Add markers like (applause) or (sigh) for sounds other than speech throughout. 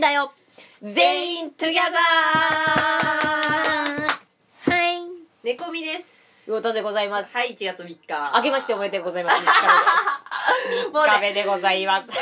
だよ全員トゥギャザーはい猫みです魚田でございますはい、1月3日。明けましておめでとうございますもう壁ね、でございます3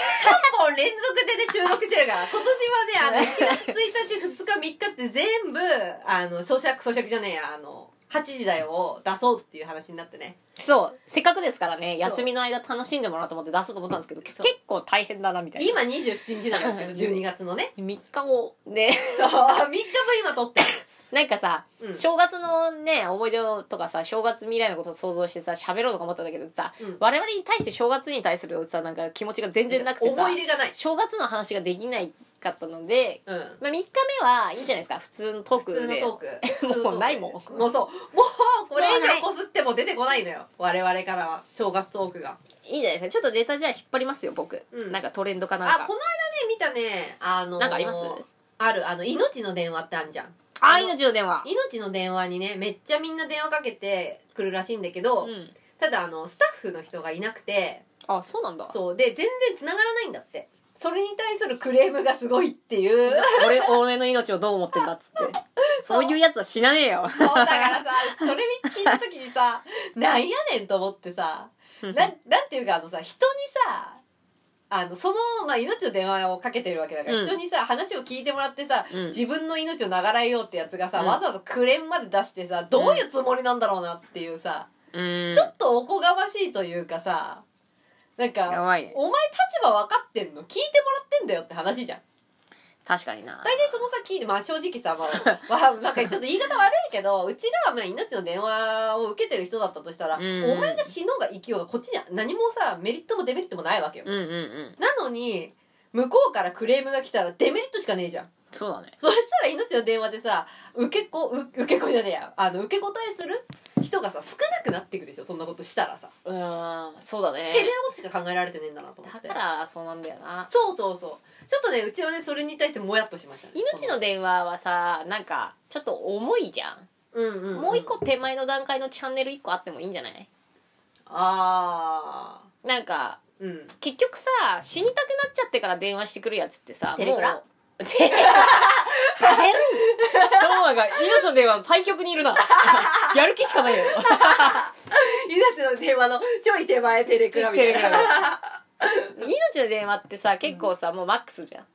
本連続でね、収録してるから、今年はね、 (laughs) あの、1月1日、2日、3日って全部、あの、咀嚼、咀嚼じゃねえや、あの、8時だよを出そうっていう話になってね。そうせっかくですからねそう休みの間楽しんでもらおうと思って出そうと思ったんですけど結そう構大変だなみたいな今27日なんですけど、12月のね。 3日後ねそう、3日分今撮ってます。 (laughs) なんかさ、うん正月のね思い出とかさ正月未来のことを想像してさ喋ろうとか思ったんだけどさ、うん我々に対して正月に対するさなんか気持ちが全然なくてさ思い入れがない。正月の話ができないかったので、うん。まあ、3日目はいいんじゃないですか普通のトー普ク通のでトーク (laughs) もうないもん普通のトークもうそうもうこれ以上こすっても出てこないのよ我々からは正月トークがいいんじゃないですかちょっとネタじゃあ引っ張りますよ僕、うんなんかトレンドかなんあかこの間ね見たねあのーなんかありますあるあの命の電話ってあるじゃんあ命の電話命の電話にねめっちゃみんな電話かけてくるらしいんだけど、うんただあのスタッフの人がいなくてあそうなんだそうで全然繋がらないんだってそれに対するクレームがすごいっていう俺俺の命をどう思ってんだっつって (laughs) そういうやつは死なねえ (laughs) よそうだからさそれ聞いた時にさなんやねんと思ってさななんていうかあのさ人にさあのその、まあ、命の電話をかけてるわけだから、うん人にさ話を聞いてもらってさ、うん自分の命を流らえようってやつがさ、うんわざわざクレームまで出してさどういうつもりなんだろうなっていうさ、 (laughs) うんちょっとおこがましいというかさなんやかばいねお前立場分かってんの聞いてもらってんだよって話じゃん確かにな大体そのさ聞いてまあ正直さ、まあ、まあなんかちょっと言い方悪いけどうちがまあ命の電話を受けてる人だったとしたら、うんお前が死のうが生きようがこっちには何もさメリットもデメリットもないわけよ、うんうんうんなのに向こうからクレームが来たらデメリットしかねえじゃんそうだねそしたら命の電話でさ受け子う受け子じゃねえやあの受け答えする人がさ少なくなってくでしょそんなことしたらさうーんそうだねてめえのことしか考えられてねえんだなと思っだてからそうなんだよなそうそうそうちょっとねうちはねそれに対してもやっとしました、ね、命の電話はさなんかちょっと重いじゃん、うんうんんもう一個手前の段階のチャンネル一個あってもいいんじゃないああなんかうん (laughs) 結局さ死にたくなっちゃってから電話してくるやつってさテレグラもうテレグラバベルそのなんか命の電話の対局にいるな (laughs) やる気しかないよ命の電話のちょい手前テレクラみたいテレクな命の電話ってさ結構さもうマックスじゃん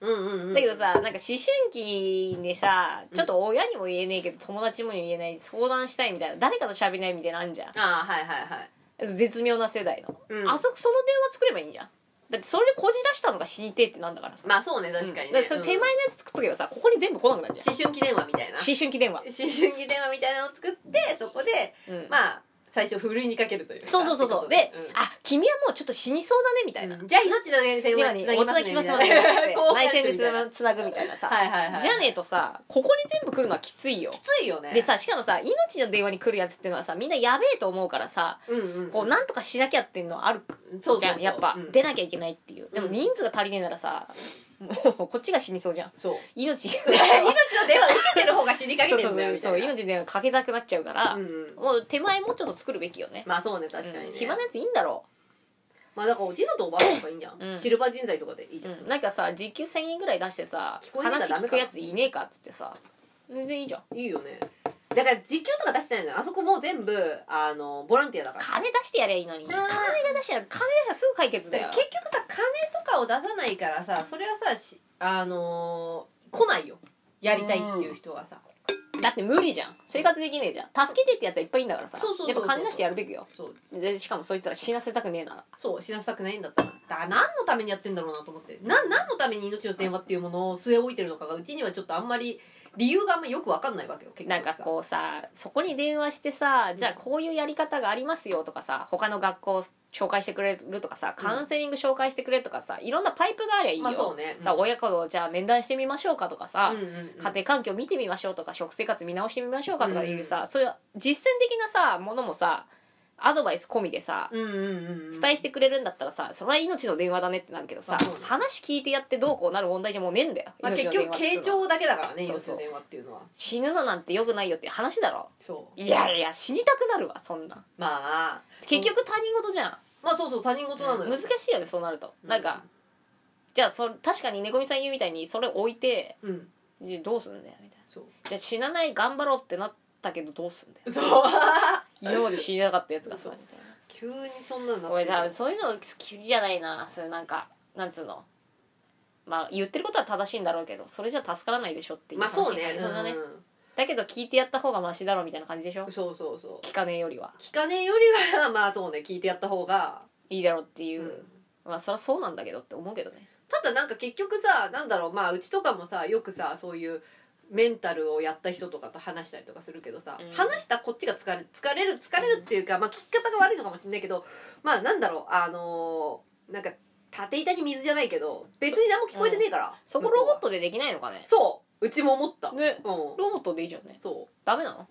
うんうんうんだけどさなんか思春期にさちょっと親にも言えねえけど友達にも言えない相談したいみたいな誰かと喋りたいみたいなのあんじゃんああはいはいはい絶妙な世代の、うんあそこその電話作ればいいんじゃんだってそれでこじ出したのが死にてえってなんだからさまあそうね確かだにね、らその手前のやつ作っとけばさここに全部来なくなるじゃん思春期電話みたいな思思春期電話春期電話みたいなのを作ってそこでうんまあ最初ふるいにかけるというかそうそうそうそうってで、ことうんあ君はもうちょっと死にそうだねみたいな、うんじゃあ命の電では話ねにつなおぎつなぎますねしますもんみたいねな (laughs) 内戦で交換手みたいなつなぐみたいなさ、はいはいはいじゃねえとさここに全部来るのはきついよきついよねでさしかもさ命の電話に来るやつってのはさみんなやべえと思うからさうんうんこうなんとかしなきゃっていうのはあるそうそうそうじゃんやっぱ、うん出なきゃいけないっていうでもうん人数が足りねえならさもうこっちが死にそうじゃんそう (laughs) 命命の電話受けてる方が死にかけてるんだよみそたうそうそういな命の電話かけたくなっちゃうから、うんうんもう手前もうちょっと作るべきよね,、まあそうね確かにねうん暇なやついいんだろうまあだからおじいさんとおばあさんとかいいんじゃん、うんシルバー人材とかでいいじゃん、うん、なんかさ時給1000円ぐらい出してさ聞こえねえから話ダメ聞かくやついねえかっつってさ全然いいじゃんいいよねだから実況とか出してないんだよあそこもう全部あのボランティアだから金出してやりゃいいのにん金が出してやる金出したらすぐ解決だだかよら結局さ金とかを出さないからさそれはさしあのー来ないよやりたいっていう人がさ、だって無理じゃん生活できねえじゃん助けてってやつはいっぱいいんだからさそうそうそうそうやっぱ金出してやるべきよそうでしかもそいつら死なせたくねえならそう死なせたくないんだったらだから何のためにやってんだろうなと思ってな何のために命の電話っていうものを据え置いてるのかがうちにはちょっとあんまり理由があんまりよく分かんないわけよ結なん局かこうさそこに電話してさじゃあこういうやり方がありますよとかさ他の学校紹介してくれるとかさカウンセリング紹介してくれとかさいろんなパイプがありゃいいよ、まあそうね、うんさ親子のじゃあ面談してみましょうかとかさ、うんうんうん家庭環境見てみましょうとか食生活見直してみましょうかとかいうさ、うそういう実践的なさものもさアドバイス込みでさ、うんうんうんうん期待してくれるんだったらさそれは命の電話だねってなるけどさ、まあそうね話聞いてやってどうこうなる問題じゃもうねえんだよ、まあ、命結の電局話っていうのは慶長だけだからねそう命そうの電話っていうのは死ぬのなんてよくないよっていう話だろそういやいや死にたくなるわそんなまあ結局他人事じゃん、まあそうそう他人事なのよ、難しいよねそうなると、なんかじゃあそ確かに猫みさん言うみたいにそれ置いてうんじゃあどうすんだよみたいなそうじゃあ死なない頑張ろうってなったけどどうすんだよそう今まで死ななかったやつがさそうみたいな (laughs) 急にそんなの俺多分そういうの好きじゃないなそういうなんかなんつうのまあ言ってることは正しいんだろうけどそれじゃ助からないでしょっていうまあそう話ねになりだね、うだけど聞いてやった方がマシだろうみたいな感じでしょんそうそうそう聞かねえよりは聞かねえよりはまあそうね聞いてやった方が、いいだろうっていうう、んまあそりゃそうなんだけどって思うけどねただなんか結局さなんだろうまあうちとかもさよくさそういうメンタルをやった人とかと話したりとかするけどさ、うん話したこっちが疲れ疲れる疲れるっていうか、まあ聞き方が悪いのかもしれないけどまあなんだろうあのーなんか縦板に水じゃないけど別に何も聞こえてねえから、そこ向ロうはボットでできないのかねそううちも思った、ねうんロボットでいいじゃんねそダメなの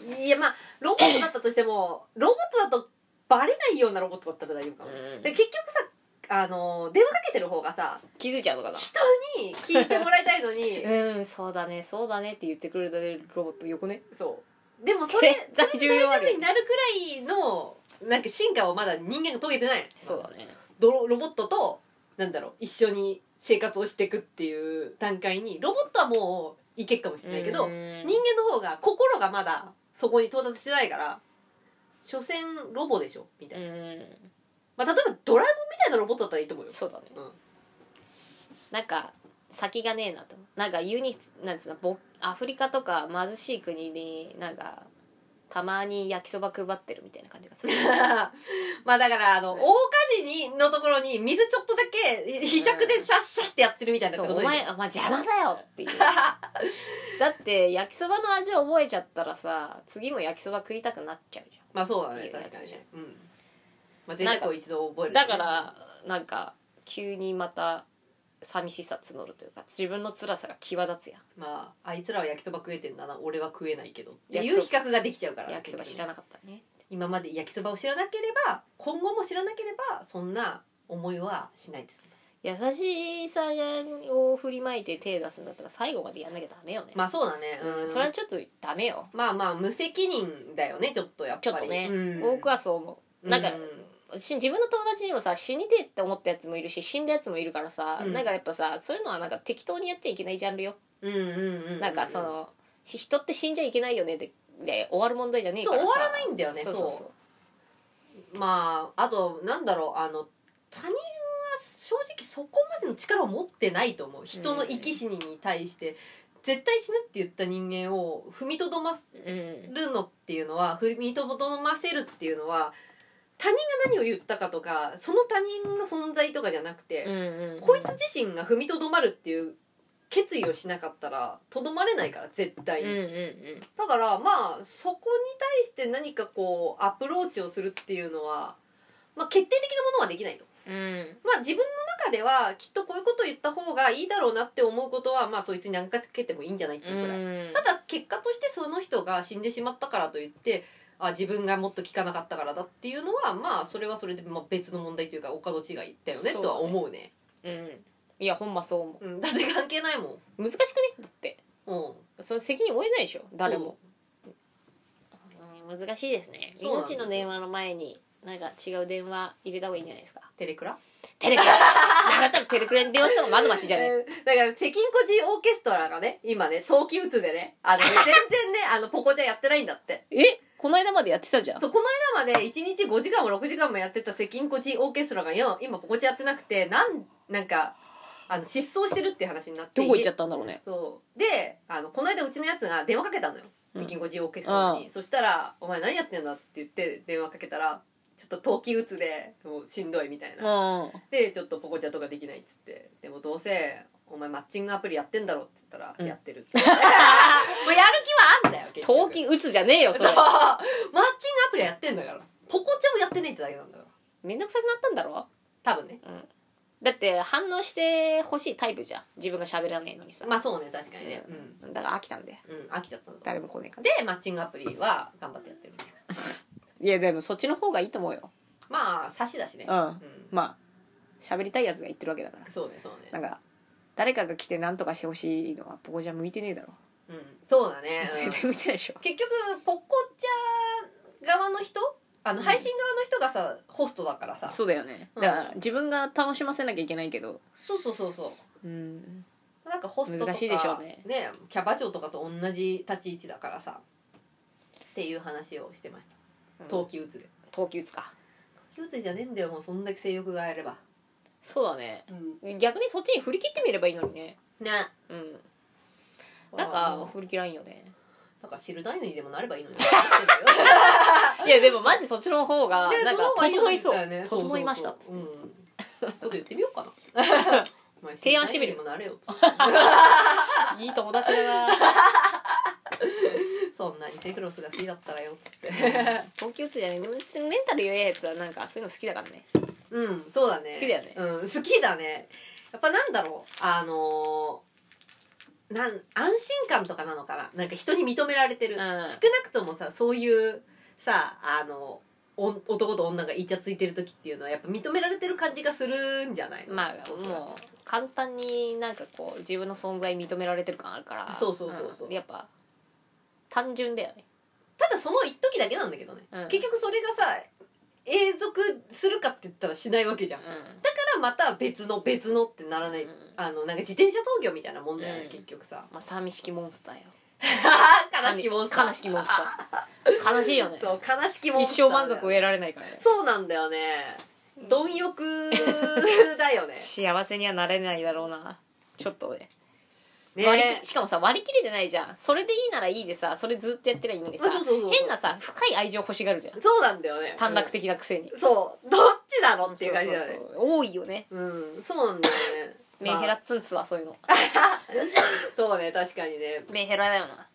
ういやまあロボットだったとしてもロボットだとバレないようなロボットだったら大丈夫かも、で結局さあのー電話かけてる方がさ気づいちゃうのかな人に聞いてもらいた (laughs) いのにうんそうだねそうだねって言ってくれるロボットよくねそうでもそれ (laughs) 絶対重要あ大る丈夫よになるくらいのなんか進化をまだ人間が遂げてないそうだねドロロボットとなんだろう一緒に生活をしていくっていう段階にロボットはもういけっかもしれないけどう人ん間の方が心がまだそこに到達してないから所詮ロボでしょみたいうな、んまあ、例えばドラえもんみたいなロボットだったらいいと思うよそうだね、うんなんか先がねえなと思うなんか言うになんつうのぼアフリカとか貧しい国になんかたまに焼きそば配ってるみたいな感じがする (laughs) まあだからあの、うん大火事にのところに水ちょっとだけひひしゃくでシャッシャッってやってるみたいな (laughs) っそてうことおでしょ前お前邪魔だよって (laughs) いう (laughs) だって焼きそばの味を覚えちゃったらさ次も焼きそば食いたくなっちゃうじまあそうっだてねいうやつ確かにじゃんねうんまあ贅沢を一度覚ゃえんるだからなんか急にまた寂しさ募るというか自分の辛さが際立つやんまああいつらは焼きそば食えてんだな俺は食えないけどってい焼うき比較ができちゃうから焼きそば知らなかったね今まで焼きそばを知らなければ今後も知らなければそんな思いはしないです優しさを振りまいて手出すんだったら最後までやんなきゃダメよね、まあそうだねうんそれはちょっとダメよまあまあ無責任だよねちょっとやっぱちりょっとね、うん僕はそう思うなんか、うし自分の友達にもさ死にてえって思ったやつもいるし死んだやつもいるからさ、うんなんかやっぱさそういうのはなんか適当にやっちゃいけないジャンルよ、うんうんうんなんかそのし人って死んじゃいけないよねでで終わる問題じゃねえかそうらさ終わらないんだよねそうまああとなんだろうあの他人は正直そこまでの力を持ってないと思う人の生き死にに対して、絶対死ぬって言った人間を踏みとどまうんるのっていうのは踏みとどませるっていうのは他人が何を言ったかとかその他人の存在とかじゃなくて、うんうんこいつ自身が踏みとどまるっていう決意をしなかったらとどまれないから絶対うんに。うんうんだからまあそこに対して何かこうアプローチをするっていうのは、まあ、決定的なものはできないと。うんまあ自分の中ではきっとこういうこと言った方がいいだろうなって思うことはまあそいつに何かけてもいいんじゃないっていうくらい。うんただ結果としてその人が死んでしまったからといってあ自分がもっと聞かなかったからだっていうのはまあそれはそれでまあ別の問題というかお門違いだよねそうだねとは思うね。うんいやほんまそう思うん、だって関係ないもん。う難しくねだってうん、その責任負えないでしょ誰もうん難しいですねそうなんです命よの電話の前になんか違う電話入れた方がいいんじゃないですかテレクラ (laughs) テレクレなんだったらテレクレに電話したのまだましじゃねえーだから、チェキンコジオーケストラがね、今ね、早期打つでね、 (laughs) あの、全然ね、あの、ポコチャやってないんだって。ええこの間までやってたじゃんそう、この間まで1日5時間も6時間もやってたチェキンコジオーケストラが今、今ポコチャやってなくて、なん、なんか、あの、失踪してるっていう話になって。どこ行っちゃったんだろうねそう。で、あの、この間うちのやつが電話かけたのよ。うんチェキンコジオーケストラに。そしたら、お前何やってんだって言って電話かけたら、ちょっと冬季打つで、もうしんどいみたいな。うんでちょっとポコチャとかできないっつってでもどうせお前マッチングアプリやってんだろっつったら、うんやってるっつって (laughs) もうやる気はあんだよ結局陶器打つじゃねえよそそうれマッチングアプリはやってんだからポコチャもやってねえってだけなんだからめんどくさくなったんだろ多分ねだって反応してほしいタイプじゃん自分が喋らねえのにさ、まあそうね確かにねうん、だから飽きたんでうん、飽きちゃったんだ誰も来ねえからでマッチングアプリは頑張ってやってるみたいないやでもそっちの方がいいと思うよまあ差しだしねうんんまあ喋りたいやつが言ってるわけだからそうねそうねなんか誰かが来て何とかしてほしいのはポコじゃ向いてねえだろ、 (laughs) うんそうだね、うん絶対向いてないでしょ結局ポコチャ側の人あのうん配信側の人がさホストだからさそうだよねうんだから自分が楽しませなきゃいけないけどそうそうそうそううんなんかホストとか難しいでしょうねキャバ嬢とかと同じ立ち位置だからさっていう話をしてました冬季うつで投球打つか冬季うつじゃねえんだよもうそんだけ性欲があればそうだねうん逆にそっちに振り切ってみればいいのにねねうんななんんかか振り切らんよねだから知る大のにでもなればいい (laughs) のにいやでもマジそっちの方がでなんかその方がい整いいそだよねう整いましたっつそっうてそうそううんちょっと言ってみようかな (laughs) お前提案してみる知る大のにもなれよっつっていい友達だな (laughs) そんなにセクロスが好きだったらよっつ (laughs) って (laughs) 投球打つじゃねでもメンタル弱いやつはなんかそういうの好きだからねうんそうだね好きだよねうん好きだねやっぱなんだろうあのーなん安心感とかなのかななんか人に認められてる、うん少なくともさそういうさあのお男と女がイチャついてる時っていうのはやっぱ認められてる感じがするんじゃないのまあもう簡単になんかこう自分の存在認められてる感あるからそうそうそうそうんやっぱ単純だよねただその一時だけなんだけどね、うん結局それがさ永続するかって言ったらしないわけじゃん、だからまた別の別のってならない、うんあのなんか自転車操業みたいなもんだよね、うん結局さまあ寂しきモンスターよ (laughs) 悲しきもん悲しきモンスター悲しいよねそう悲しきも一生満足を得られないからねそうなんだよね貪欲だよね幸せにはなれないだろうなちょっとね (laughs) 割りね切しかもさ割り切れてないじゃんそれでいいならいいでさそれずっとやってりゃいいのにさまあそうそうそう変なさ深い愛情欲しがるじゃんそうなんだよね短絡的なくせに、そうどっちなのっていう感じだよそうねそうそう多いよねうんそうなんだよね (laughs) メンヘラまっあつんすわそういうのそうね確かにねメンヘラだよな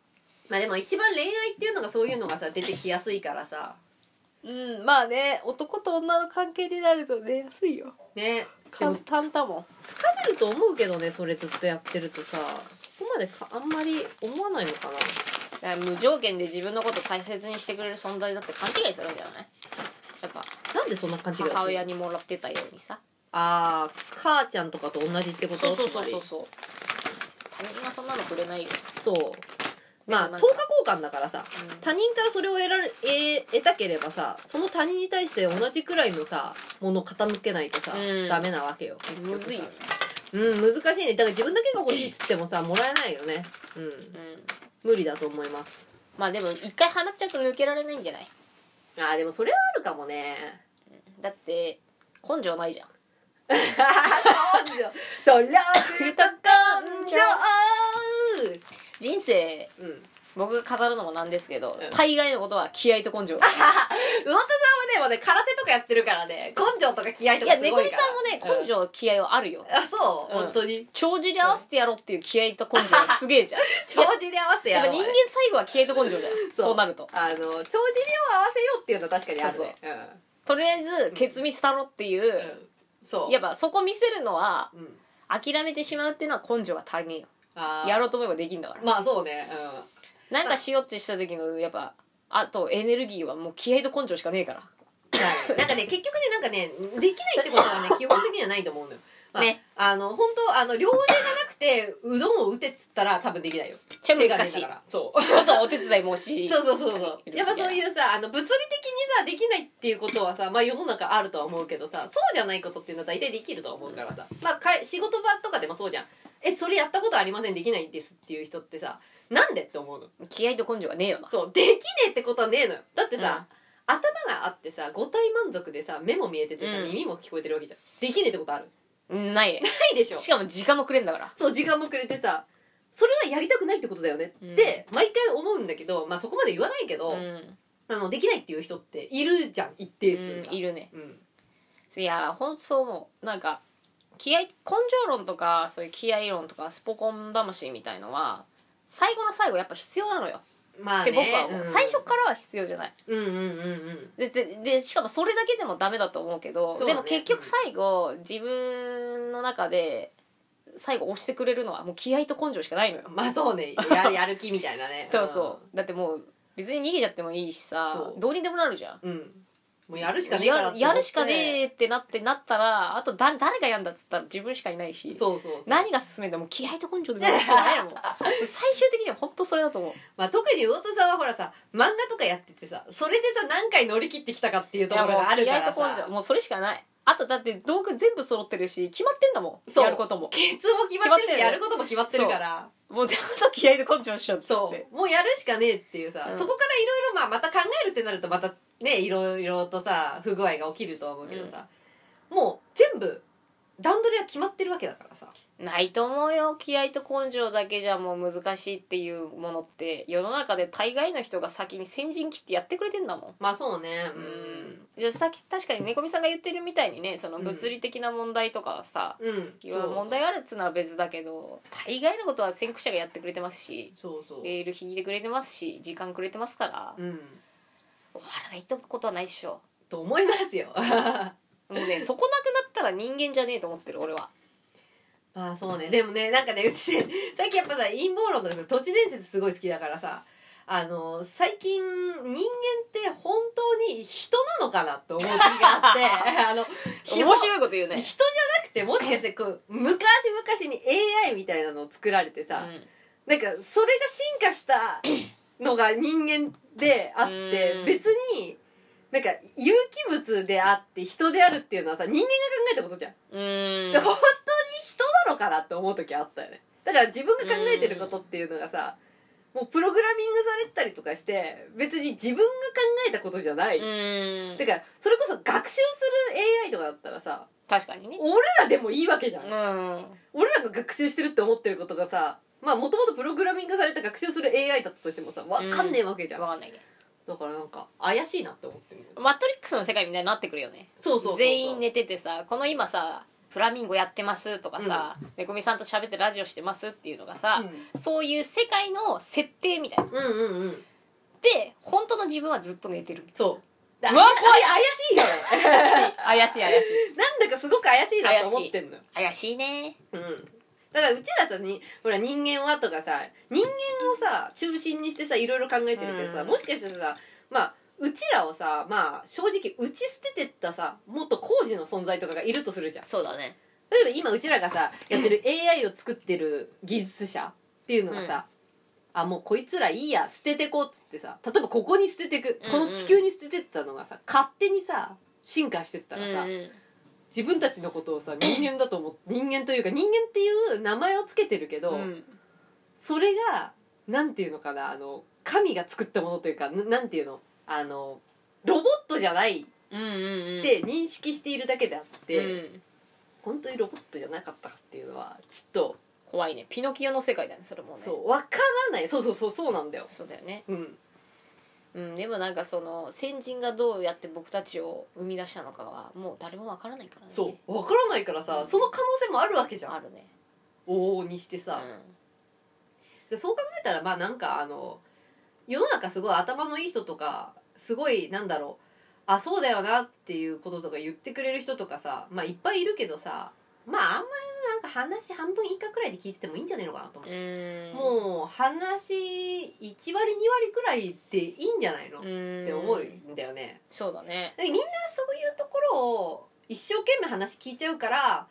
まあでも一番恋愛っていうのがそういうのがさ出てきやすいからさうんまあね男と女の関係になるとね安いよねでも単だもん疲れると思うけどねそれずっとやってるとさそこまでかあんまり思わないのかな無条件で自分のこと大切にしてくれる存在だって勘違いするんじゃないやっぱなんでそんな感じがする母親にもらってたようにさああ母ちゃんとかと同じってことそうそうそつまうりそうそう他人がそんなのくれないよ、そうまあでもな等ん価か交換だからさ他人からそれを得られ得得たければさその他人に対して同じくらいのさものを傾けないとさ、うんダメなわけよむずいよね、うん難しいねだから自分だけが欲しいっつってもさもらえないよねうんうん、無理だと思いますまあでも一回放っちゃうと抜けられないんじゃないあーでもそれはあるかもね (laughs) (laughs) だって根性ないじゃん根性ドラムと根性人生うん僕が語るのもなんですけど、うん大概のことは気合と (laughs) 根性魚田さんはねもうね空手とかやってるからね根性とか気合といかやす猫ごいみかさらんもね根性気合はあるよあそう、うん本当に帳尻合わせてやろうっていう気合と根性はすげえじゃん長寿で合わ (laughs) せややっろぱう人間最後は気合と根性だよそ (laughs) うそうなるとあの長寿を合わせようっていうのは確かにあるねとりあえずケツ見せたろっていう、うん、うんそうやっぱそこ見せるのはうん、諦めてしまうっていうのは根性が足りねえよあーやろうと思えばできんだからまあそうねうんなんかしようってした時のやっぱあとエネルギーはもう気合と根性しかねえから (laughs) なんかね結局ねなんかねできないってことはね (laughs) 基本的にはないと思うのよ、まあ、ねあの本当あの両腕がなくてうどんを打てっつったら多分できないよちょ手いがね難えしいだ (laughs) ちからそうょっとお手伝いもしそうそうそうそうやっぱそういううさあの物理的にさできないっていうことはさまあ世の中あるとは思うけどさそうじゃないことっていうのは大体できると思うからさ、まあかい仕事場とかでもそうじゃんえそれやったことありませんできないですっていう人ってさなんでって思うの気合と根性がねえよなそうできねえってことはねえのよだってさ、頭があってさ五体満足でさ目も見えててさ、うん耳も聞こえてるわけじゃんできねえってことあるうんないねないでしょしかも時間もくれんだからそう時間もくれてさそれはやりたくないってことだよねって、毎回思うんだけどまあそこまで言わないけど、うん、あのできないっていう人っているじゃん一定数うんいるねうんいや本当そう思うなんか気合根性論とかそういう気合論とかスポコン魂みたいのは最後の最後やっぱ必要なのよまあっねて僕は思う、うん最初からは必要じゃないうんうんうんうんでででしかもそれだけでもダメだと思うけどそうだでねも結局最後自分の中で最後押してくれるのはもう気合と根性しかないのよ、まあそうねややる気 (laughs) (laughs) みたいなねそうそうだってもう別に逃げちゃってもいいしさそうどうにでもなるじゃんうん、うんもうやるしかねえからややるしかえねえってなってなったらあとだ誰がやんだっつったら自分しかいないしそうそうそう何が進めんだもう気合と根性でやるしかないのもう最終的には本当それだと思うまあ、特に魚田さんはほらさ漫画とかやっててさそれでさ何回乗り切ってきたかっていうところがあるからいやもう気合と根さ性もうそれしかないあとだって道具全部揃ってるし決まってんだもんそうやることもケツも決まって決まってるしるよやることも決まってるからもうちゃんと気合と根性しようっつっそてうもうやるしかねえっていうさ、うんそこからいろいろまあまた考えるってなるとまたねいろいろとさ不具合が起きるとは思うけどさ、もう全部段取りは決まってるわけだからさないと思うよ気合と根性だけじゃもう難しいっていうものって世の中で大概の人が先に先陣切ってやってくれてんだもんまあそうねういやさっき確かに猫みさんが言ってるみたいにねその物理的な問題とかはさ、んうんいや問題あるっつうのは別だけど大概のことは先駆者がやってくれてますしそうそうレール引いてくれてますし時間くれてますから、うん終わらないってことはないっし (laughs) ょと思い (laughs) ますよもうねそこなくなったら人間じゃねえと思ってる俺はまあそうねでもねなんかねうちねさっきやっぱさ陰謀論とかさ都市伝説すごい好きだからさあの最近人間って本当に人なのかなと思う時があって (laughs) あの面白いこと言うね、人じゃなくてもしかしてこう昔々に AI みたいなのを作られてうさ、なんかそれが進化したのが人間であっうてん別になんか有機物であって人であるっていうのはさ人間が考えたことじゃん、ん、うーんで本当に人なのかなって思う時あったよねだから自分が考えてることっていうのがさもうプログラミングされてたりとかして別に自分が考えたことじゃない、うーんだからそれこそ学習する AI とかだったらさ確かにね俺らでもいいわけじゃんうん俺らが学習してるって思ってることがさまあもともとプログラミングされた学習する AI だったとしてもさわかんねえわけじゃん、分かんないねだからなんか怪しいなって思ってるマトリックスの世界みたいになってくるよねそうそうそうそう全員寝ててさこの今さフラミンゴやってますとかさ、めこみさんと喋ってラジオしてますっていうのがさ、そういう世界の設定みたいなうん、うんうんうんで本当の自分はずっと寝 (laughs) てるそううわ怖い怪しい (laughs) よ怪しい怪しいなんだかすごく怪しいなって思ってんのよ怪しいねうんだからうちらさにほら人間はとかさ人間をさ中心にしてさいろいろ考えてるけどさ、うんもしかしてさまあうちらをさまあ正直打ち捨ててったさ元工事の存在とかがいるとするじゃんそうだね例えば今うちらがさやってる AI を作ってる技術者っていうのがさ、あもうこいつらいいや捨ててこうっつってさ例えばここに捨ててくうんこの地球に捨ててったのがさ勝手にさ進化してったらさ、うんうん自分たちのことをさ人間だと思って人間というか (clears throat) 人間っていう名前をつけてるけど、うんそれがなんていうのかなあの神が作ったものというかななんていうのあのロボットじゃないっうんうんうんて認識しているだけであって、うん本当にロボットじゃなかったかっていうのはちょっと。怖いねピノキオの世界だねそれもねそうわからないそうそうそうそうなんだよそうだよねうんうんでもなんかその先人がどうやって僕たちを生み出したのかはもう誰もわからないからねそうわからないからさ、うんその可能性もあるわけじゃあんるね往々にしてさ、うんでそう考えたらまあなんかあの世の中すごい頭のいい人とかすごいなんだろうあそうだよなっていうこととか言ってくれる人とかさまあいっぱいいるけどさまああんまりなんか話半分以下くらいで聞いててもいいんじゃないのかなと思うう、ーんもう話1割2割くらいでいいんじゃないの、うっーんて思うんだよね、そうだねでみんなそういうところを一生懸命話聞いちゃうから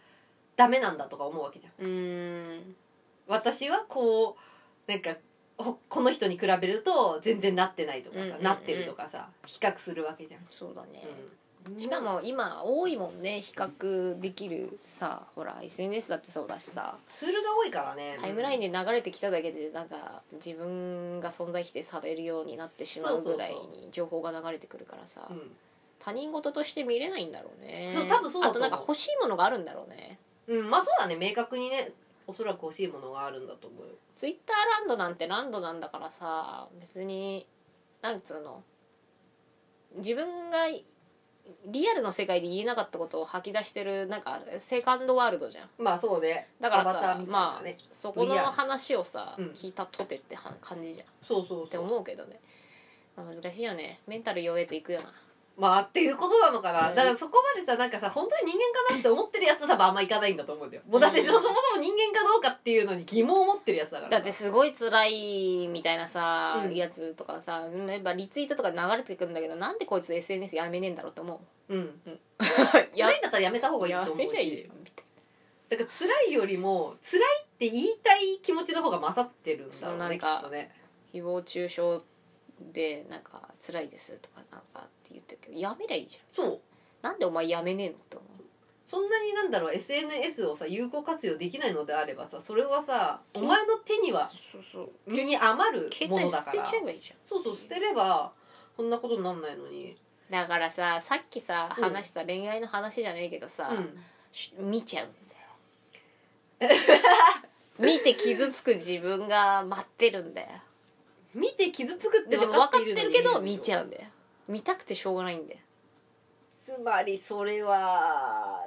ダメなんだとか思うわけじゃんうーん私はこうなんかほこの人に比べると全然なってないとかさ、うんうんうんなってるとかさ比較するわけじゃん、そうだね、しかも今多いもんね比較できるさほら SNS だってそうだしさツールが多いからねタイムラインで流れてきただけでなんか自分が存在否定されるようになってしまうぐらいそうそに情報が流れてくるからさうん他人事として見れないんだろうねそう多分そうだあとと思うなんか欲しいものがあるんだろうねうん、まあそうだね明確にねおそらく欲しいものがあるんだと思うよツイッターランドなんてランドなんだからさ別になんつうの自分がリアルの世界で言えなかったことを吐き出してるなんかセカンドワールドじゃんまあそうねだからアバターさ、みたいまなあねそこの VR 話をさ、うん聞いたとてっては感じじゃんっそうそうてそう思うけどね、まあ難しいよねメンタル弱えといくよなまあっていうことなのかな、うんだからそこまでさなんかさ本当に人間かなって思ってるやつは多分あんまいかないんだと思うんだよもうだってうんそもそも人間かどうかっていうのに疑問を持ってるやつだからだってすごい辛いみたいなさ、うんやつとかさやっぱリツイートとか流れてくるんだけどなんでこいつ SNS やめねえんだろうと思うんう辛いんだったらやめた方がいいやと思めうないでししょみたいだから辛いよりも辛いって言いたい気持ちの方が勝ってるんだそろううなねんきかっとねな誹謗中傷でなんか辛いですとかなんかって言ってるけどやめりゃいいじゃんそうなんでお前やめねえのって思うそんなになんだろう SNS をさ有効活用できないのであればさそれはさお前の手にはそうそう身に余る携もの帯だ捨かてちゃらえばいいじゃんそうそう捨てればこんなことになんないのにだからささっきさうん話した恋愛の話じゃねえけどさ、し見ちゃうんだよ (laughs) 見て傷つく自分が待ってるんだよ見て傷つくってでも分分かかっってているるけど見ちゃううんだよ見たくてしょうがないんだよつまりそれは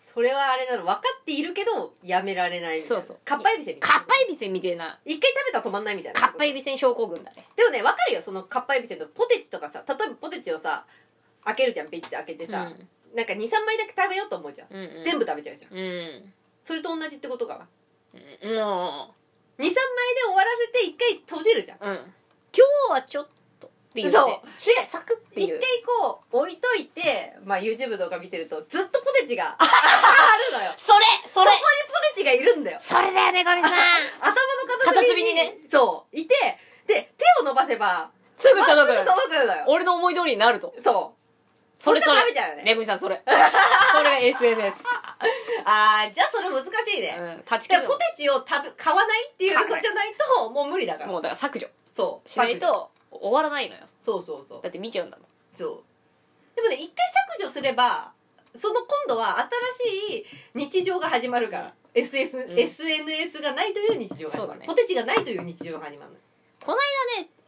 それはあれなの分かっているけどやめられないみたいそうなそうかっぱえびせみたいなかっぱえびせんみてえな一回食べたら止まんないみたいなかっぱえびせん症候群だねでもね分かるよそのかっぱえびせんとポテチとかさ例えばポテチをさ開けるじゃんピッて開けてさ、なんか23枚だけ食べようと思うじゃん、うんうん全部食べちゃうじゃんうんそれと同じってことかなうんも23枚で終わらせて一回閉じるじゃんううん今日はちょっとっていうそう違うサクってい一回うこう置いといて、まあ、YouTube とか見てるとずっとポテチが (laughs) あるのよそれそれそこにポテチがいるんだよそれだよねかみさん頭の片片隅隅ににねそういてで手を伸ばせば (laughs) (laughs) すぐまあ届すぐく届くのよ俺の思い通りになるとそうそれしたそられ (laughs) 食べちゃうよねねぐみさんそれそれが (laughs) SNS あーじゃあそれ難しいね、うん立ちだ切からるポテチを食べ買わないっていうこ買わなといじゃないともう無理だからもうだから削除そうしないと終わらないのよそうそうそうだって見ちゃうんだもんそうでもね一回削除すればその今度は新しい日常が始まるから、SS ん SNS がないという日常が始そうまだる、ねポテチがないという日常が始まる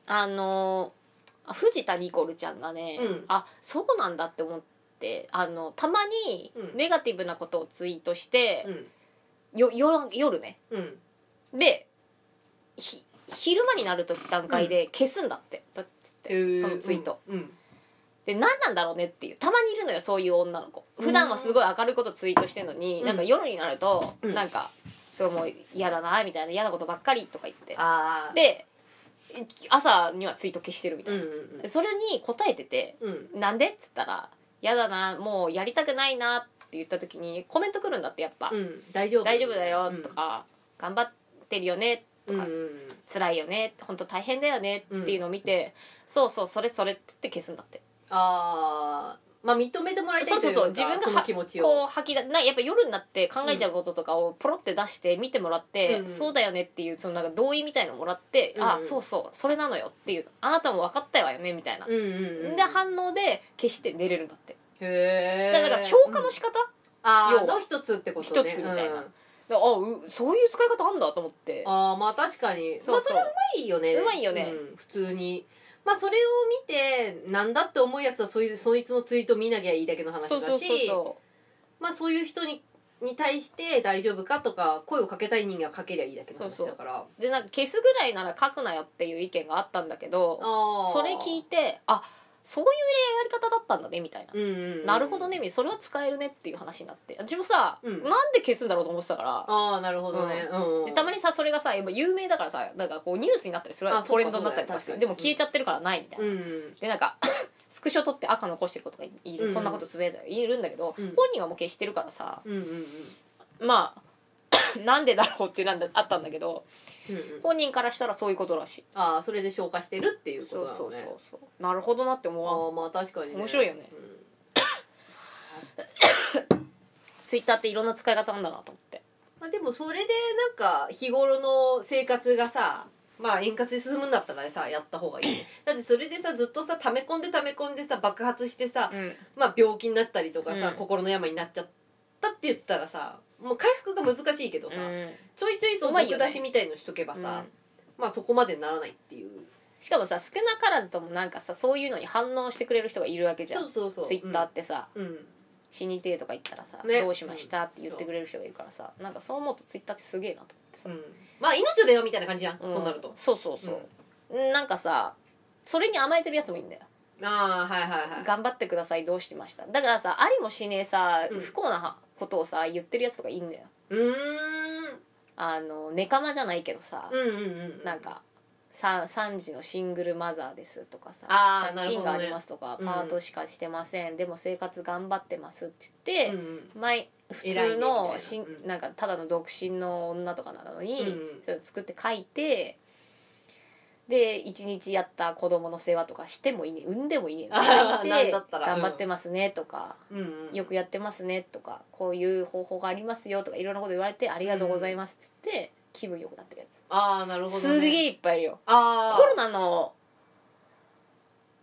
あのー藤田ニコルちゃんがね、うんあそうなんだって思ってあのたまにうんネガティブなことをツイートして、うんよ夜夜ねうんでひ昼間になると段階で消すんだって、ブッつってそのツイート、うん、うんで何なんだろうねっていうたまにいるのよそういう女の子普段はすごい明るいことツイートしてるのに、うんなんか夜になると、うんなんかそうもう嫌だなみたいな嫌なことばっかりとか言ってああで朝にはツイート消してるみたういんな、うんそれに答えててうんう「んなんで?」っつったら「やだなもうやりたくないな」って言った時にコメント来るんだってやっぱ「うん大丈夫大丈夫だよ」とか、頑張ってるよね」うとんかうんうん辛いよね」本当大変だよね」っていうのを見て「そうそうそれそれ」っつって消すんだってああまあ認めてもらいたいといそううかそうそう自分がその気持ちをこう吐き出なやっぱ夜になって考えちゃうこととかをポロって出して見てもらって、うんそうだよねっていうそのなんか同意みたいのもらって「うんあそうそうそれなのよ」っていう「あなたも分かったわよね」みたいな、うんうんうんで反応で消して寝れるんだってへえだからなんか消化の仕方、ああ要はの一つってことね一つみたいなうんだからあうそういう使い方あんだと思ってああまあ確かにそうそうまあ、それうまいよねうまいよねん普通にまあそれを見てなんだって思うやつはそういうそいつのツイート見なきゃいいだけの話だしそうそうそうそまあそういう人にに対して大丈夫かとか声をかけたい人間はかけりゃいいだけの話だからうでなんか消すぐらいなら書くなよっていう意見があったんだけどああそれ聞いてあそういうやり方だったんだねみたいな、うんうんうんなるほどねみそれは使えるねっていう話になって私もさ、うんなんで消すんだろうと思ってたからああなるほどね、うんうんでたまにさそれがさやっぱ有名だからさなんかこうニュースになったりするわあけそトうかレンドになったりとかしてそうでだね確かにも消えちゃってるからないみたいな、うんうんでなんか (laughs) スクショ撮って赤残してることがいる、うんこんなことつぶやいてるいるんだけど、うん本人はもう消してるからさうんうんうんまあ (laughs) なんでだろうってなんだあったんだけどうんうん本人からしたらそういうことらしいああそれで消化してるっていうことだそようそうねそうそうなるほどなって思わんああまあ確かに、ね、面白いよねうんツイッターっていろんな使い方なんだなと思ってまあ、でもそれでなんか日頃の生活がさまあ円滑に進むんだったらさやった方がいい (clears throat) ねだってそれでさずっとさ溜め込んで溜め込んでさ爆発してさ、うんまあ、病気になったりとかさ、うん心の病になっちゃったって言ったらさもう回復が難しいけどさ、ちょいちょいそうのまいよ毒ね出しみたいのしとけばうさんまあそこまでならないっていうしかもさ少なからずともなんかさそういうのに反応してくれる人がいるわけじゃそうんそうそうツイッターってさ、うん、うん死にてえとか言ったらさ、ねどうしましたって言ってくれる人がいるからさなんかそう思うとツイッターってすげえなと思ってさう、んまあ命だよみたいな感じじゃん、んそうなるとそうそうそう、なんかさそれに甘えてるやつもいいんだよああはいはいはい頑張ってくださいどうしましただからさありもしねえさうん不幸なことをさ言ってるやつとかいいんだようーんあのネカマじゃないけどさ、うんうんうんなんかさ3時のシングルマザーですとかさあー借金がありますとか、なるほどねうパんートしかしてませんでも生活頑張ってますって言うんっうて、ん前普偉通いねみたいのなしんうんなんかただの独身の女とかなのに、うんそれを作って書いてで一日やった子供の世話とかしてもいいね産んでもいいねあ書ーいなんてだったら頑張ってますねとか、うんうんよくやってますねとかこういう方法がありますよとかいろんなこと言われてありがとうございますっつって気分良くなってるやつ。ああなるほど、ね、すげえいっぱいいるよああコロナの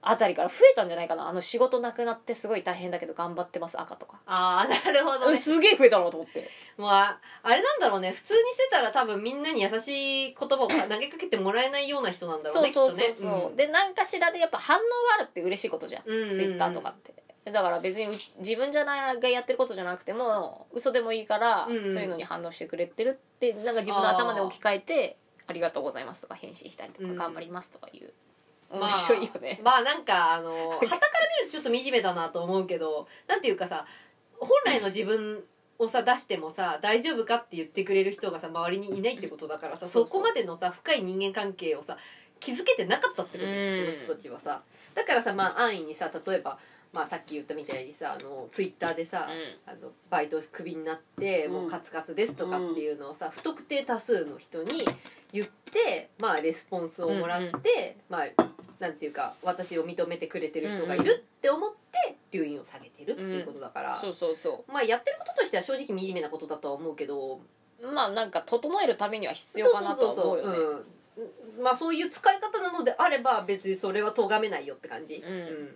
あたりから増えたんじゃないかなあの仕事なくなってすごい大変だけど頑張ってます赤とか、ああなるほどうんねすげえ増えたなと思ってもうああれなんだろうね普通にしてたら多分みんなに優しい言葉を投げかけてもらえないような人なんだろうそうねそうそうきっとそう、ねで何かしらでやっぱ反応があるって嬉しいことじゃん、うんうんうんツイッターとかってだから別にう自分じゃないがやってることじゃなくても嘘でもいいから、うんうんそういうのに反応してくれてるってなんか自分の頭で置き換えて「ありがとうございます」とか返信したりとか「うん頑張ります」とかいうま面あ白いよね、まあなんかあ (laughs) の旗から見るとちょっと惨めだなと思うけどなんていうかさ本来の自分をさ出してもさ大丈夫かって言ってくれる人がさ周りにいないってことだからさそうそそうこまでのさ深い人間関係をさ気づけてなかったってことですようんその人たちはさだからさまあ安易にさ例えば、まあ、さっき言ったみたいにさあのツイッターでさ、うんあのバイトクビになってうんもうカツカツですとかっていうのをさ、不特定多数の人に言ってまあレスポンスをもらって、うんうんまあなんていうか私を認めてくれてる人がいるって思って留飲を下げてるっていうことだから、そうそうそまあやってることとしては正直惨めなことだとは思うけどうまあなんか整えるためには必要かなとは思うよねそうそうそうそううんまあそういう使い方なのであれば別にそれは咎めないよって感じ、うん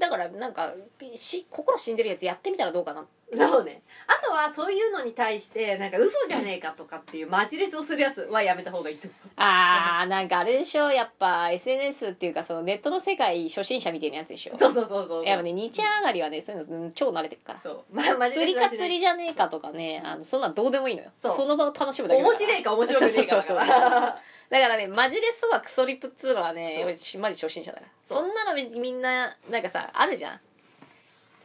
だからなんかし心死んでるやつやってみたらどうかなそうね。あとはそういうのに対して、なんか嘘じゃねえかとかっていうマジレスをするやつはやめた方がいいと思う。あーなんかあれでしょやっぱ SNS っていうかそのネットの世界初心者みたいなやつでしょそうそうそうそう。やっぱね2ちゃん上がりはねそういうの超慣れてるからそう。まあ、マジ釣レりスはかし釣ないりじゃねえかとかねあのそんなんどうでもいいのよそうその場を楽しむだけだ面白いか面白くねえかだそかうそうそうそうら。だからねマジレスとかクソリプっつうのはねそうマジ初心者だからそそうんなのみみんななんかさあるじゃん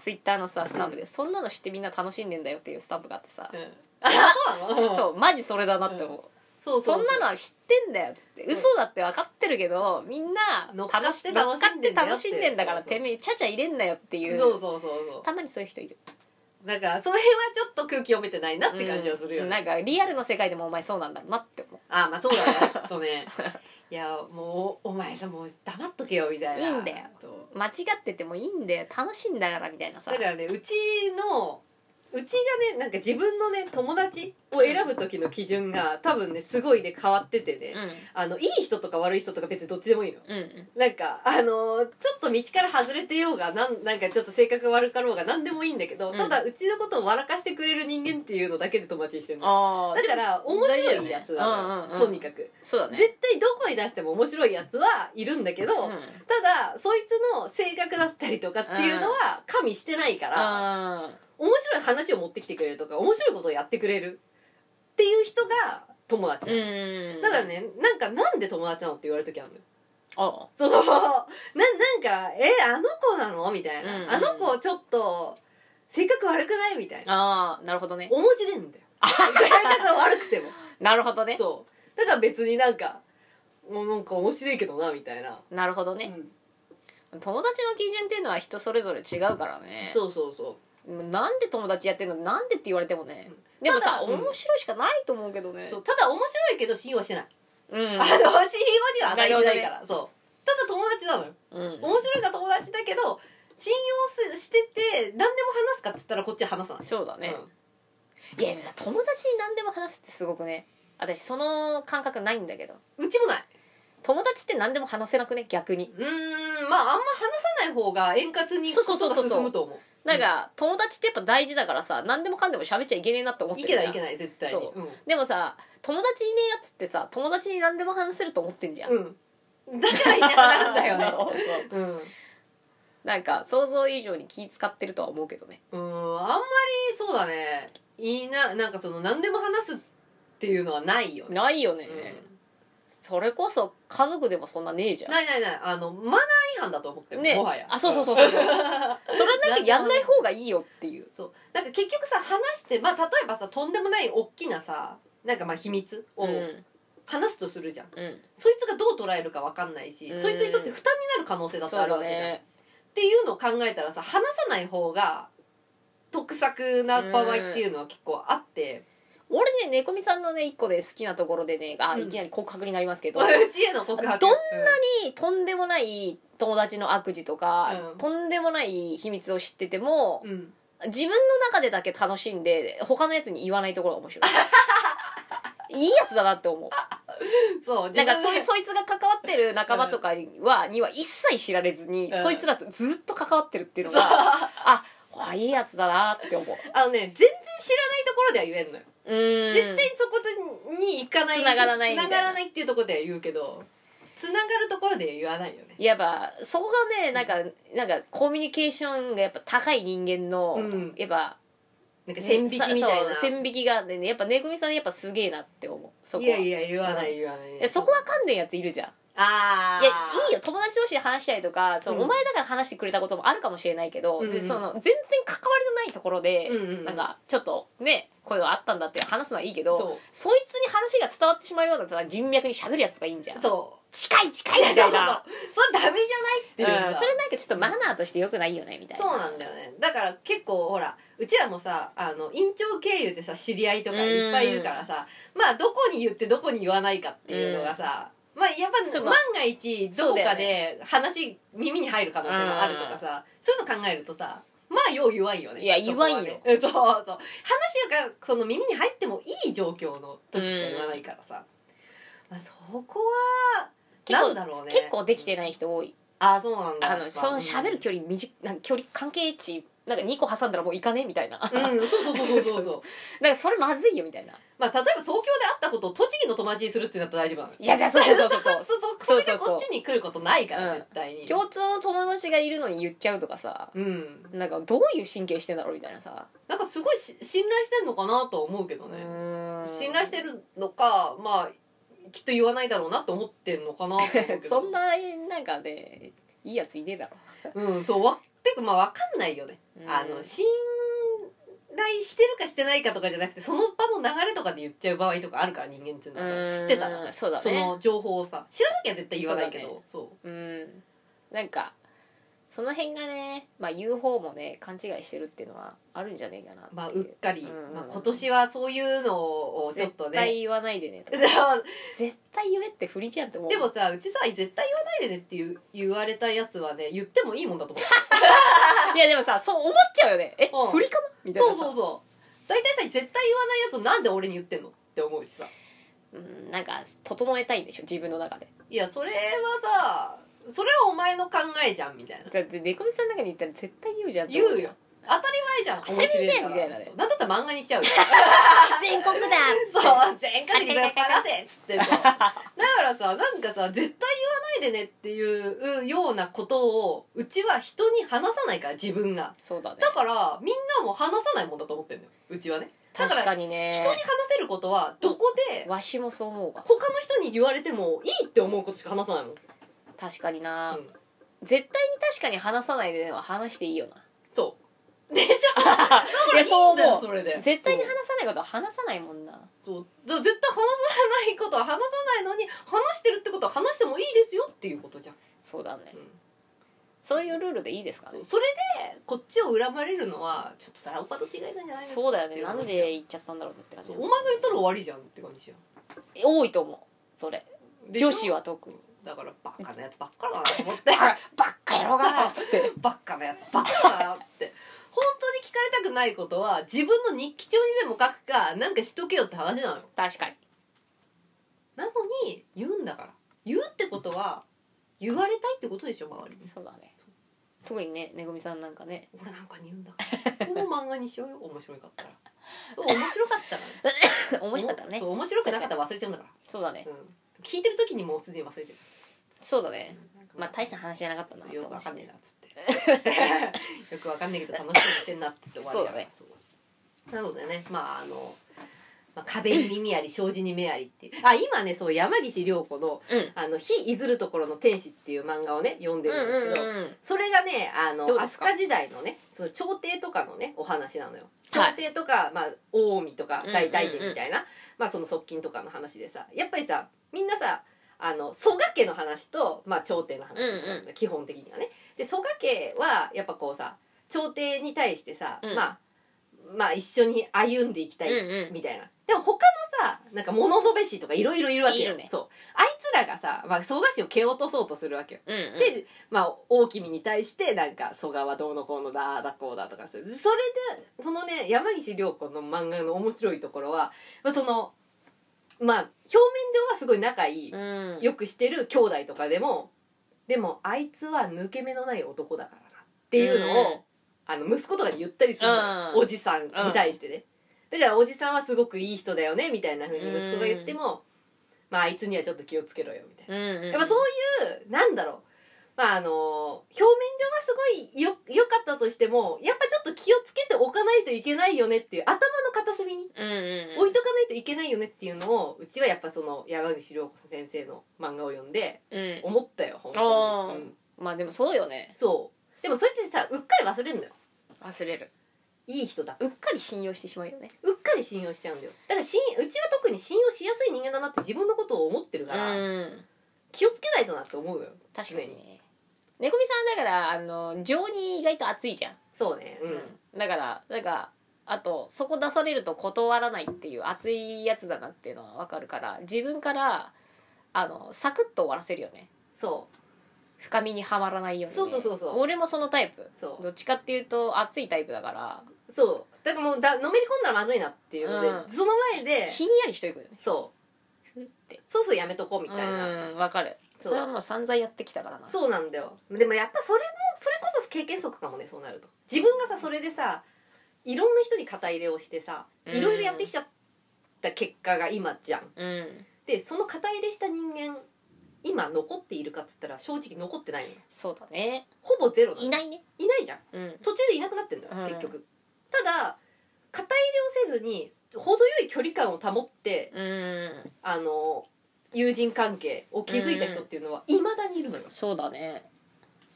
ツイッターのさスタンプで、そんなのしてみんな楽しんでんだよっていうスタンプがあってさ、うんあ、そうなのそうマジそれだなって思う、そうそそんうなのは知ってんだよっつってん嘘だって分かってるけどみんな乗っかって楽し乗っかって楽楽ししんんででんんだだかよらってそうそうてめえちゃちゃ入れんなよっていうそうそうそうそたまにそういう人いるう。だから、その辺はちょっと空気読めてないなって感じはするようんね。なんかリアルの世界でもお前そうなんだろうなって思あ、まあそうだね、きっとね。いや、もう、お前さ、もう黙っとけよ、みたいな。いいんだよそうう間違っててもいいんだよ楽しいんだからみたいなさだからねうちのうちがねなんか自分のね友達を選ぶ時の基準が多分ねすごいね変わっててね、うんあのいい人とか悪い人とか別にどっちでもいいのうんうんなんかあのーちょっと道から外れてようがなんなんかちょっと性格悪かろうが何でもいいんだけど、うんただうちのことを笑かしてくれる人間っていうのだけで友達にしてるのあだから面白いやつなのよ、とにかかく、くそうだね絶対どこに出しても面白いやつはいるんだけど、うんただそいつの性格だったりとかっていうのは加味してないから、あ面白い話を持ってきてくれるとか面白いことをやってくれるっていう人が友達ーうなの、んただねなんかなんで友達なのって言われる時あるのよあそう (laughs) そうななんか「えあの子なの?」みたいな、うんうんあの子ちょっと性格悪くない?」みたいなあーなるほどね面白い (laughs) んだよ性格悪くてもなるほどねそうだから別になんかもうなんか面白いけどなみたいな、なるほどねうん友達の基準っていうのは人それぞれ違うからねそうそうそなんで友達やってんのなんでって言われてもねでもたさだうん面白いしかないと思うけどうねそうただ面白いけど信用はしてない、うん (laughs) あの信用には値しないから、そうただ友達なのようん面白いが友達だけど信用すしてて何でも話すかっつったらこっちは話さないそうだねいやでもさ友達に何でも話すってすごくね私その感覚ないんだけどうんうちもない友達って何でも話せなくね逆にうーんまああんま話さない方が円滑にそうそうそうそうことが進むと思うなんか友達ってやっぱ大事だからさ何でもかんでも喋っちゃいけねえなって思っているけないいじけゃんない絶対にそでもさ友達いねえやつってさ友達に何でも話せると思ってん (laughs) じゃん、うん、うん、だからいなくなるんだ (laughs) よ (laughs) ねそうそううんなんか想像以上に気使ってるとは思うけどねうんあんまりそうだねいいななんかその何でも話すっていうのはないよねないよね、うんそれこそ家族でもそんなねえじゃんないないないあのマナー違反だと思ってる、ねもはやあそうそうそう (laughs) そうそれなんかやんない方がいいよっていうそうなんか結局さ話して、まあ、例えばさとんでもない大きなさなんかまあ秘密をうん話すとするじゃん、うんそいつがどう捉えるか分かんないし、うんそいつにとって負担になる可能性だってあるわけじゃん、っていうのを考えたらさ話さない方が得策な場合っていうのは結構あって、俺ね猫みさんのね一個で好きなところでねあうんいきなり告白になりますけど、うちへの告白どんなに、とんでもない友達の悪事とか、うんとんでもない秘密を知っててもうんうん自分の中でだけ楽しんで他のやつに言わないところが面白 (laughs) いいいやつだなって思うそうなんか自そ分いでそいつが関わってる仲間とかは、には一切知られずに、うんそいつらとずっと関わってるっていうのがあこれいいやつだなって思うあのね全然知らないところでは言えんのよ、うーん絶対そこに行かないつながらないみた繋いながらないっていうところでは言うけどつながるところでは言わないよねやっぱそこがねなんかなんかコミュニケーションがやっぱ高い人間の、うんやっぱなんか線引きみたいそうな線引きがねやっぱねぐみさんやっぱすげえなって思うそこいはやいや言わない言わない、いやそこはかんねえやついるじゃんああいやいいよ友達同士で話したりとかその、うんお前だから話してくれたこともあるかもしれないけど、うんうんでその全然関わりのないところで、うんうんうんなんかちょっとねこういうのあったんだって話すのはいいけどそそいつに話が伝わってしまうようなさ人脈に喋るやつがいいんじゃんうそ近い近ういみたいなそうそうそれダメじゃないってういうんさそれなんかちょっとマナーとしてよくないよねみたいなそうなんだよねだから結構ほらうちらもさあの院長経由でさ知り合いとかいっぱいいるからさまあどこに言ってどこに言わないかっていうのがさ、まあやっそぱう万が一どこそうだかよで話耳に入る可能性があるとかさそういうの考えるとさまあよう言わんよねいやそこはね言わんようんそうそう話がその耳に入ってもいい状況の時しか言わないからさ、まあ、そこは結構なんだろうね結構できてない人多いああそうなんだあのその喋る距離短なんか距離関係値なんか2個挟んだらもういかねみた (laughs) いな、離うんそうそうそうそうそうなんかそれまずいよみたいなまあ、例えば東京で会ったことを栃木の友達にするってなったら大丈夫なのよいやいやそうそうそうそうそうそそそうれそうそでうこっちに来ることないから、うん絶対 (laughs) に共通の友達がいるのに言っちゃうとかさうんなんかどういう神経してんだろうみたいなさなんかすごいし信頼してんのかなとは思うけどね、信頼してるのかまあきっと言わないだろうなと思ってんのかなと思うけ (laughs) どそん、ななんかねいいやついねえだろうん、そうわてかまあ分かんないよね、うん (laughs) あの信頼してるかしてないかとかじゃなくてその場の流れとかで言っちゃう場合とかあるから人間っていうのはさうん知ってたらさそうだねの情報をさ知らなきゃ絶対言わないけどそううんなんかその辺がね、まあ、言う方もね勘違いしてるっていうのはあるんじゃねえかなっていう,、まあ、うっかり、うんまあ、今年はそういうのをちょっと絶対ね言わないでね (laughs) とか絶対言えって不利じゃんって思うでもさうちさ絶対言わないでねって言う言われたやつはね言ってもいいもんだと (laughs) 思っていやでもさそう思っちゃうよねえうん不利かなみたいなそさうそうそう大体さ絶対言わないやつをなんで俺に言ってんのって思うしさうんなんか整えたいんでしょ自分の中でいやそれはさそれはお前の考えじゃんみたいなだって猫みさんの中に行ったら絶対言うじゃんって言思うよ当たり前じゃん当たり前じゃん面白みたいなねそうなんだったら漫画にしちゃうよ (laughs) 全国だ (laughs) そう全国にぶっ放せっつってそうだからさなんかさ絶対言わないでねっていうようなことをうちは人に話さないから自分が (laughs) そうだねだからみんなも話さないもんだと思ってんのようちはねだから確かに人ねに話せることはどこでわしもそう思うわ他の人に言われてもいいって思うことしか話さないもん確かにな、うん絶対に確かに話さないでねは話していいよなそうでしょだからいやいそういん思だようそれで絶対に話さないことは話さないもんなそうだから絶対話さないことは話さないのに話してるってことは話してもいいですよっていうことじゃん、そうだねうんそういうルールでいいですかねそうそれでこっちを恨まれるのはちょっとさらおばと違いなんじゃないですかそうだよねっていな話んで行っちゃったんだろうねって感じそうお前が言ったら終わりじゃんって感じじゃ多いと思うそれんでしょ女子は特にだからバカなやつばっかだなと思って (laughs) バカバカ野郎がつってバカなやつバカだなって本当に聞かれたくないことは自分の日記帳にでも書くかなんかしとけよって話なの確かになのに言うんだから言うってことは言われたいってことでしょ周りにそうだね特にねねぐみさんなんか (laughs) ね俺なんかに言うんだからこの漫画にしようよ面白かったら面白かったらね (laughs) 面白かったねそう面白くなかったら忘れちゃうんだからそうだねうん聞いてる時にもうすでに忘れてるそうだねまあ大したた話じゃなかったなよくわかんなねえなっつって (laughs) よくわかんねえけど楽しみにしてんなっつって終わりだからそうなのでねまああのまあ、壁に耳あり障子に目ありっていうあ今ねそう山岸涼子のうん「あの日いずるところの天使」っていう漫画をね読んでうんるんですけど、うんうんそれがねあのどうで飛すか鳥時代のねその朝廷とかのねお話なのよ朝はい廷とか、まあ、大臣とうかんうんう大ん大臣みたいな、まあ、その側近とかの話でさやっぱりさみんなさあの蘇我家の話と、まあ、朝廷の話とかなんだよ、うん基本的にはねで蘇我家はやっぱこうさ朝廷に対してさ、うんまあまあ一緒に歩んでいきたいうんうんみたいな。でも他のさ、なんか物のべ師とかいろいろいるわけいよ。るねそう。あいつらがさ、まあ、蘇我氏を蹴落とそうとするわけよ。うんうんで、まあ、大君に対して、なんか、蘇我はどうのこうのだ、ああだこうだとかする。それで、そのね、山岸涼子の漫画の面白いところは、まあ、その、まあ、表面上はすごい仲いい、うんよくしてる兄弟とかでも、でも、あいつは抜け目のない男だからな、っていうのを、うんあの息子とかに言ったりするのよ、うんおじさんに対してね、だからおじさんはすごくいい人だよねみたいな風に息子が言っても、まああいつにはちょっと気をつけろよみたいな、うんうんやっぱそういうなんだろうまああの表面上はすごいよ良かったとしてもやっぱちょっと気をつけておかないといけないよねっていう頭の片隅にうんうん置いとかないといけないよねっていうのをうちはやっぱその山口涼子先生の漫画を読んでうん思ったよ本あ当ーに、うん、まあでもそうよねそうでもそれってさうっかり忘れるのよ忘れるいい人だからうっかり信用してしまうよねうっかり信用しちゃうんだよだからしんうちは特に信用しやすい人間だなって自分のことを思ってるうから、ん気をつけないとなって思うよ確かにね猫みさんだからあの情に意外と熱いじゃんそうねうん、だからなんかあとそこ出されると断らないっていう熱いやつだなっていうのは分かるから自分からあのサクッと終わらせるよねそ深みにはまらないように、ね、そうそうそうそう俺もそのタイプうそうどっちかっていうと熱いタイプだからそうだからもうだのめり込んだらまずいなっていうので、うんその前でひんやりしといくよねそうふってそうそうやめとこうみたいな、うん分かるそそうれはもう散々やってきたからなそうなんだよでもやっぱそれもそれこそ経験則かもねそうなると自分がさそれでさいろんな人に肩入れをしてさいろいろやってきちゃった結果が今じゃんうんでその肩入れした人間今残っているかっつったら正直残ってないのよそうだねほぼゼロだいないねいないじゃんうん途中でいなくなってんだよ、うん結局ただ肩入れをせずに程よい距離感を保ってうんあの友人関係を築いた人っていうのはいまだにいるのよ、そうだね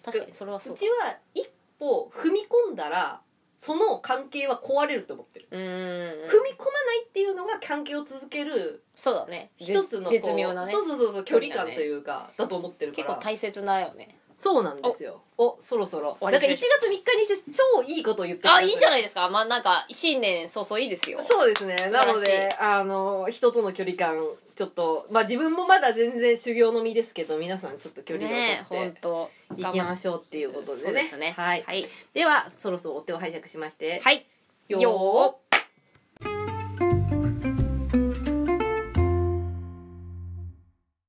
確かにそれはうそうちは一歩踏み込んだらその関係は壊れると思ってる、うん踏み込まないっていうのが関係を続けるそうだね一つのこう絶妙なねそうそうそうそう距離感というかだ,、と思ってるか結ら構大切だよねそうなんですよ。お、そろそろ。終なわりんか1にし月3ま日しにして超いいこと言ってあいいんじゃないないですかまあなんか新年早々いいですよそうですね。素晴らなしいので、あの、人との距離感、ちょっと、まあ自分もまだ全然修行の身ですけど、皆さんちょっと距離ねを取っ本当ていきましょうっていうことでね。そうですねはい。はいでは、そろそろお手を拝借しまして。はいよーよー